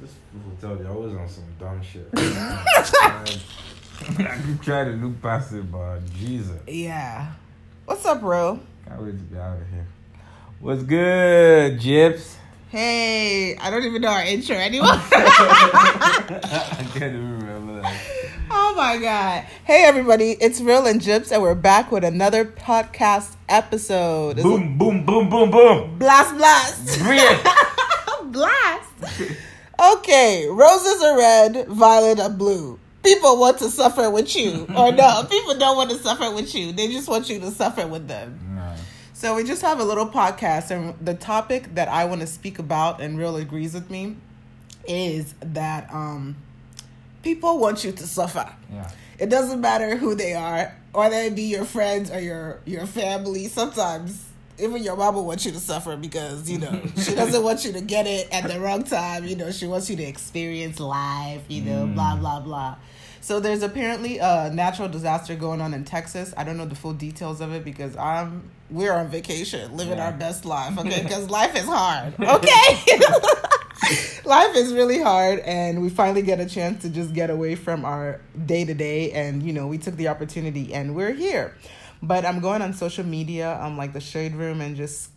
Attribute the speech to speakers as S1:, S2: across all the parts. S1: This people tell you I was on some dumb shit. I keep trying to look past it, but Jesus.
S2: Yeah. What's up, bro?
S1: Can't wait to be out of here. What's good, Gyps?
S2: Hey, I don't even know our intro anymore.
S1: I can't even remember that.
S2: oh my god. Hey everybody, it's Real and Gyps and we're back with another podcast episode. It's
S1: Boom, boom, boom, boom, boom.
S2: a- blast blast.
S1: Brilliant.
S2: blast. Okay, roses are red, violet are blue. People want to suffer with you. Or no, people don't want to suffer with you. They just want you to suffer with them.
S1: Nah.
S2: So we just have a little podcast, and the topic that I want to speak about, and real agrees with me, is that um, people want you to suffer.
S1: Yeah.
S2: It doesn't matter who they are, or they be your friends or your your family. Sometimes even your mama wants you to suffer because you know she doesn't want you to get it at the wrong time. You know she wants you to experience life. You know blah blah blah. So there's apparently a natural disaster going on in Texas. I don't know the full details of it because I'm we're on vacation, living
S1: Yeah.
S2: our best life. Okay, because life is hard. Okay. life is really hard and we finally get a chance to just get away from our day to day and you know we took the opportunity and we're here but i'm going on social media i'm like the shade room and just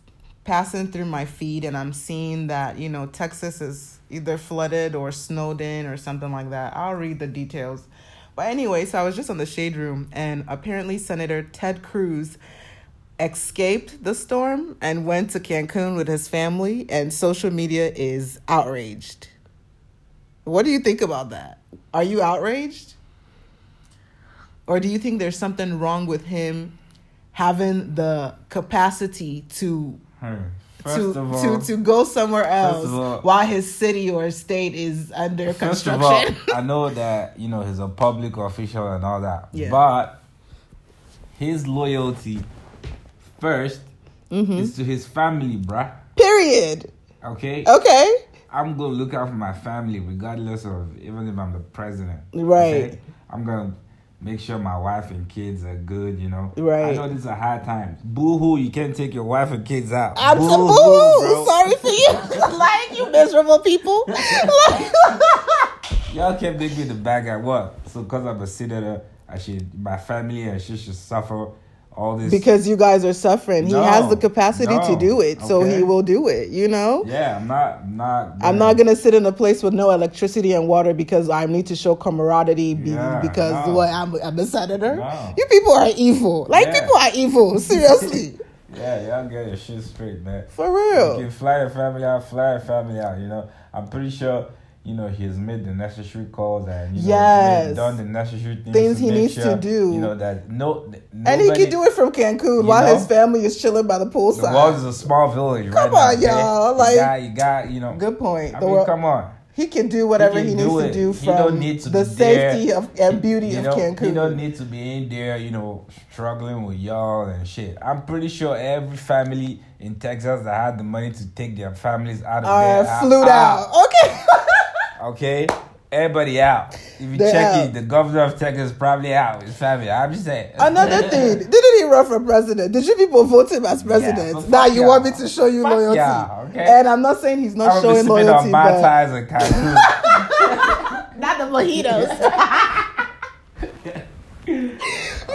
S2: passing through my feed and i'm seeing that you know texas is either flooded or snowed in or something like that i'll read the details but anyway so i was just on the shade room and apparently senator ted cruz escaped the storm and went to Cancun with his family, and social media is outraged. What do you think about that? Are you outraged? Or do you think there's something wrong with him having the capacity to
S1: Hey, First
S2: to,
S1: of all,
S2: to to go somewhere else
S1: of all-
S2: while his city or state is under
S1: First
S2: construction?
S1: of all, I know that you know he's a public official and all that,
S2: Yeah.
S1: but his loyalty 1st
S2: Mm-hmm.
S1: is to his family, bruh.
S2: Period. Oh,
S1: Okay,
S2: Okay.
S1: I'm gonna look out for my family regardless of even if I'm the president.
S2: Right.
S1: I'm gonna make sure my wife and kids are good. You know, I
S2: Right.
S1: know these are hard times. Boo hoo! You can't take your wife and kids out.
S2: I'm so
S1: Boo-hoo,
S2: boo
S1: bro.
S2: Sorry for you. like, you miserable people. Like-
S1: Y'all can't make me the bad guy. What? So because I'm a senator, I should my family and she should suffer all this.
S2: because you guys are suffering.
S1: No,
S2: he has the capacity to
S1: no,
S2: do it, so
S1: okay.
S2: he will do it, you know?
S1: yeah, I'm not. I'm not.
S2: I'm not gonna sit in a place with no electricity and water because I need to show camaraderie be,
S1: Yeah,
S2: because
S1: no.
S2: well, I'm, I'm a senator.
S1: No.
S2: You people are evil. Like
S1: Yeah.
S2: people are evil. Seriously,
S1: Yeah, y'all get your shit straight, man.
S2: for
S1: You
S2: real.
S1: can fly your family out, fly your family out. You know, I'm pretty sure. You know, he's made the necessary calls and you know,
S2: Yes.
S1: he's done the necessary things,
S2: Things
S1: to
S2: he
S1: make
S2: needs to
S1: sure,
S2: do.
S1: You know that no,
S2: and he can do it from Cancun
S1: You
S2: while
S1: know?
S2: his family is chilling by the
S1: The world
S2: poolside.
S1: is a small village, right?
S2: Come
S1: now,
S2: on,
S1: okay?
S2: y'all,
S1: You
S2: like-
S1: got- you got, you know.
S2: Good point.
S1: I
S2: The
S1: mean,
S2: world-
S1: come on.
S2: he can do whatever he,
S1: can do
S2: needs to
S1: it.
S2: do
S1: He
S2: from
S1: don't need to
S2: the
S1: be there.
S2: safety of and beauty
S1: You
S2: of
S1: know,
S2: Cancun.
S1: You don't need to be in there, you know, struggling with y'all and shit. I'm pretty sure every family in Texas that had the money to take their families out of
S2: Alright,
S1: there Ah, are
S2: flew out. Okay.
S1: Okay, everybody out. If you
S2: They're
S1: check
S2: out.
S1: it, the governor of Texas probably out. His family. I'm just saying.
S2: Another thing, didn't he run for president? Did you people vote him as
S1: Yeah,
S2: president?
S1: so fuck
S2: now you want me
S1: y'all.
S2: to show you
S1: Fuck
S2: loyalty.
S1: y'all, okay?
S2: And I'm not saying he's not
S1: I'm
S2: showing
S1: sipping
S2: loyalty,
S1: on my
S2: but
S1: ties and Cancun.
S2: not the mojitos. you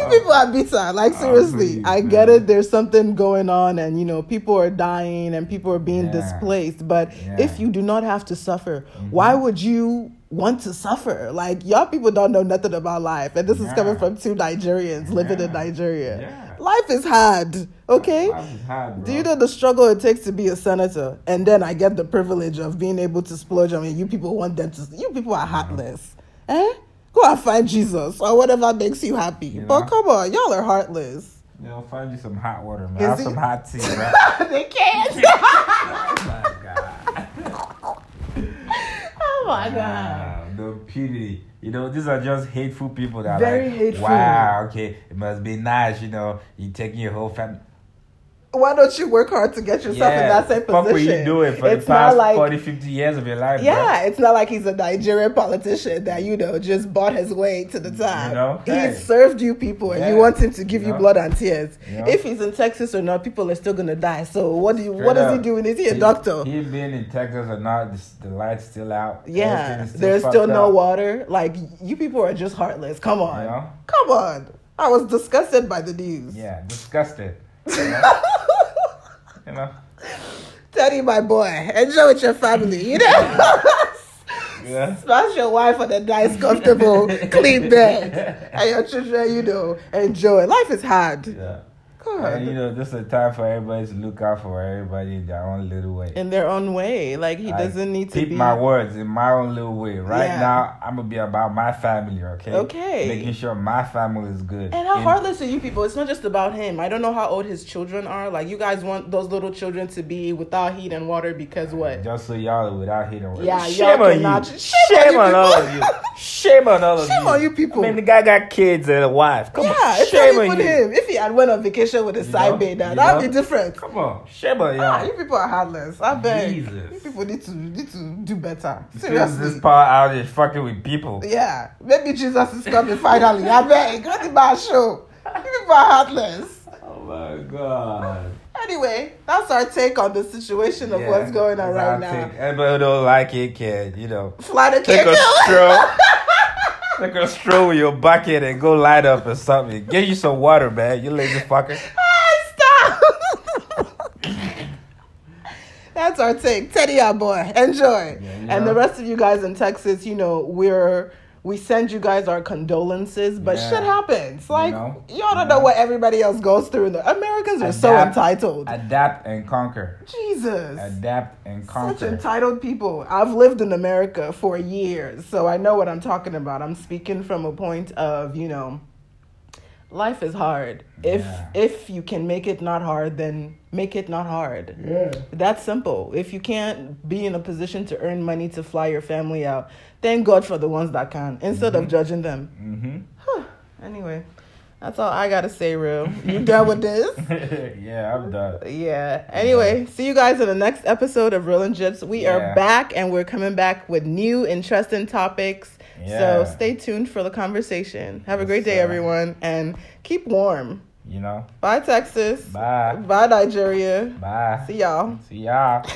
S2: people are bitter. Like seriously,
S1: please,
S2: I get
S1: man.
S2: it. There's something going on, and you know people are dying and people are being
S1: Yeah.
S2: displaced. But
S1: Yeah. Mm-hmm.
S2: if you do not have to suffer, why would you? Want to suffer like y'all people don't know nothing about life, and this is
S1: Yeah.
S2: coming from two Nigerians living in
S1: Yeah.
S2: Nigeria.
S1: Yeah.
S2: Life is hard, okay?
S1: Life is hard,
S2: Do
S1: bro.
S2: you know the struggle it takes to be a senator? And then I get the privilege of being able to splurge on it. You people want them to. You people are heartless. Eh? Go and find Jesus or whatever makes you happy. but
S1: know?
S2: come on, y'all are heartless.
S1: You know, find you some hot water, man.
S2: Is
S1: Have
S2: he-
S1: some hot tea, bro.
S2: they can't.
S1: my God.
S2: oh my
S1: Wow, the pity. You know, these are just hateful people that are
S2: Very
S1: like,
S2: hateful.
S1: wow, okay, it must be nice, you know, you taking your whole family.
S2: why don't you work hard to get yourself in that same
S1: fuck what
S2: position?
S1: you doing for
S2: it's
S1: the past
S2: not like
S1: 40, 50 years of your life,
S2: yeah, it's not like he's a Nigerian politician that you know just bought his way to the top.
S1: You know?
S2: He
S1: Hey.
S2: served you people, and you
S1: Yeah.
S2: want him to give you
S1: Yeah.
S2: blood and tears.
S1: Yeah.
S2: If he's in Texas or not, people are still gonna die. So what do you?
S1: bro.
S2: what
S1: Straight
S2: is he
S1: up.
S2: doing? Is he a doctor?
S1: He being in Texas or not, the, the light's still out.
S2: yeah,
S1: Everything is
S2: there's
S1: fucked
S2: still no
S1: up,
S2: water. Like you people are just heartless. Come on,
S1: You know?
S2: come on. I was disgusted by the news.
S1: Yeah, disgusted. You know? You know?
S2: Teddy, my boy, enjoy with your family. You know.
S1: Yeah.
S2: Smash your wife on a nice, comfortable, clean bed. And your children, you know, enjoy. Life is hard.
S1: Yeah.
S2: God.
S1: And, you know, this is a time for everybody to look out for everybody in their own little way.
S2: In their own way. Like, he
S1: I
S2: doesn't need to
S1: keep
S2: be.
S1: my words in my own little way. Right
S2: Yeah.
S1: now, I'm gonna be about my family, okay?
S2: Okay.
S1: Making sure my family is good.
S2: and how
S1: In-
S2: heartless are you people? It's not just about him. I don't know how old his children are. Like, you guys want those little children to be without heat and water because what?
S1: Just so y'all are without hitting. words.
S2: Yeah,
S1: shame
S2: y'all
S1: on
S2: cannot-
S1: you.
S2: shame on
S1: Shame
S2: you
S1: on
S2: people.
S1: all of you. Shame on all of you.
S2: Shame on you people.
S1: I mean, the guy got kids and a wife. Come
S2: yeah,
S1: on,
S2: it's not
S1: shame on
S2: even
S1: you.
S2: him. If he had went on vacation with a
S1: You
S2: side
S1: know?
S2: babe, that
S1: You
S2: would be
S1: know?
S2: different.
S1: Come on, shame on
S2: Ah,
S1: y'all.
S2: you people are heartless. I beg.
S1: Jesus.
S2: You people need to need to do better.
S1: Since
S2: Seriously.
S1: this part out is fucking with people.
S2: Yeah, maybe Jesus is coming finally. I beg, not the bad show. You people are heartless.
S1: Oh my god.
S2: Anyway, that's our take on the situation of
S1: Yeah,
S2: what's going on
S1: that's
S2: right
S1: our
S2: now.
S1: take. Everybody who don't like it, can you know?
S2: Fly the
S1: Take
S2: kick
S1: a stroll. Take a stroll with your bucket and go light up or something. Get you some water, man. You lazy fucker.
S2: Stop. That's our take. Teddy, our boy. Enjoy.
S1: Yeah, you
S2: And the
S1: know.
S2: rest of you guys in Texas, you know, we're. We send you guys our condolences, but
S1: Yeah.
S2: shit happens. Like,
S1: know?
S2: you all don't know what everybody else goes through. The Americans are so
S1: Adapt.
S2: entitled.
S1: Adapt and conquer.
S2: Jesus.
S1: Adapt and
S2: Such
S1: conquer.
S2: entitled people. I've lived in America for years, so I know what I'm talking about. I'm speaking from a point of, you know, life is hard. If
S1: Yeah.
S2: if you can make it not hard, then make it not hard.
S1: yeah.
S2: That's simple. If you can't be in a position to earn money to fly your family out, thank God for the ones that can instead of judging them.
S1: Mm-hmm.
S2: Anyway, that's all I got to say, real. You done with this?
S1: yeah, I'm done.
S2: Yeah. Anyway, see you guys in the next episode of Real and Gyps. We are
S1: Yeah.
S2: back and we're coming back with new interesting topics.
S1: Yeah.
S2: So stay tuned for the conversation. Have a
S1: Yes,
S2: great day,
S1: sir.
S2: everyone, and keep warm.
S1: You know?
S2: Bye, Texas.
S1: Bye.
S2: Bye, Nigeria.
S1: Bye.
S2: See y'all.
S1: See y'all.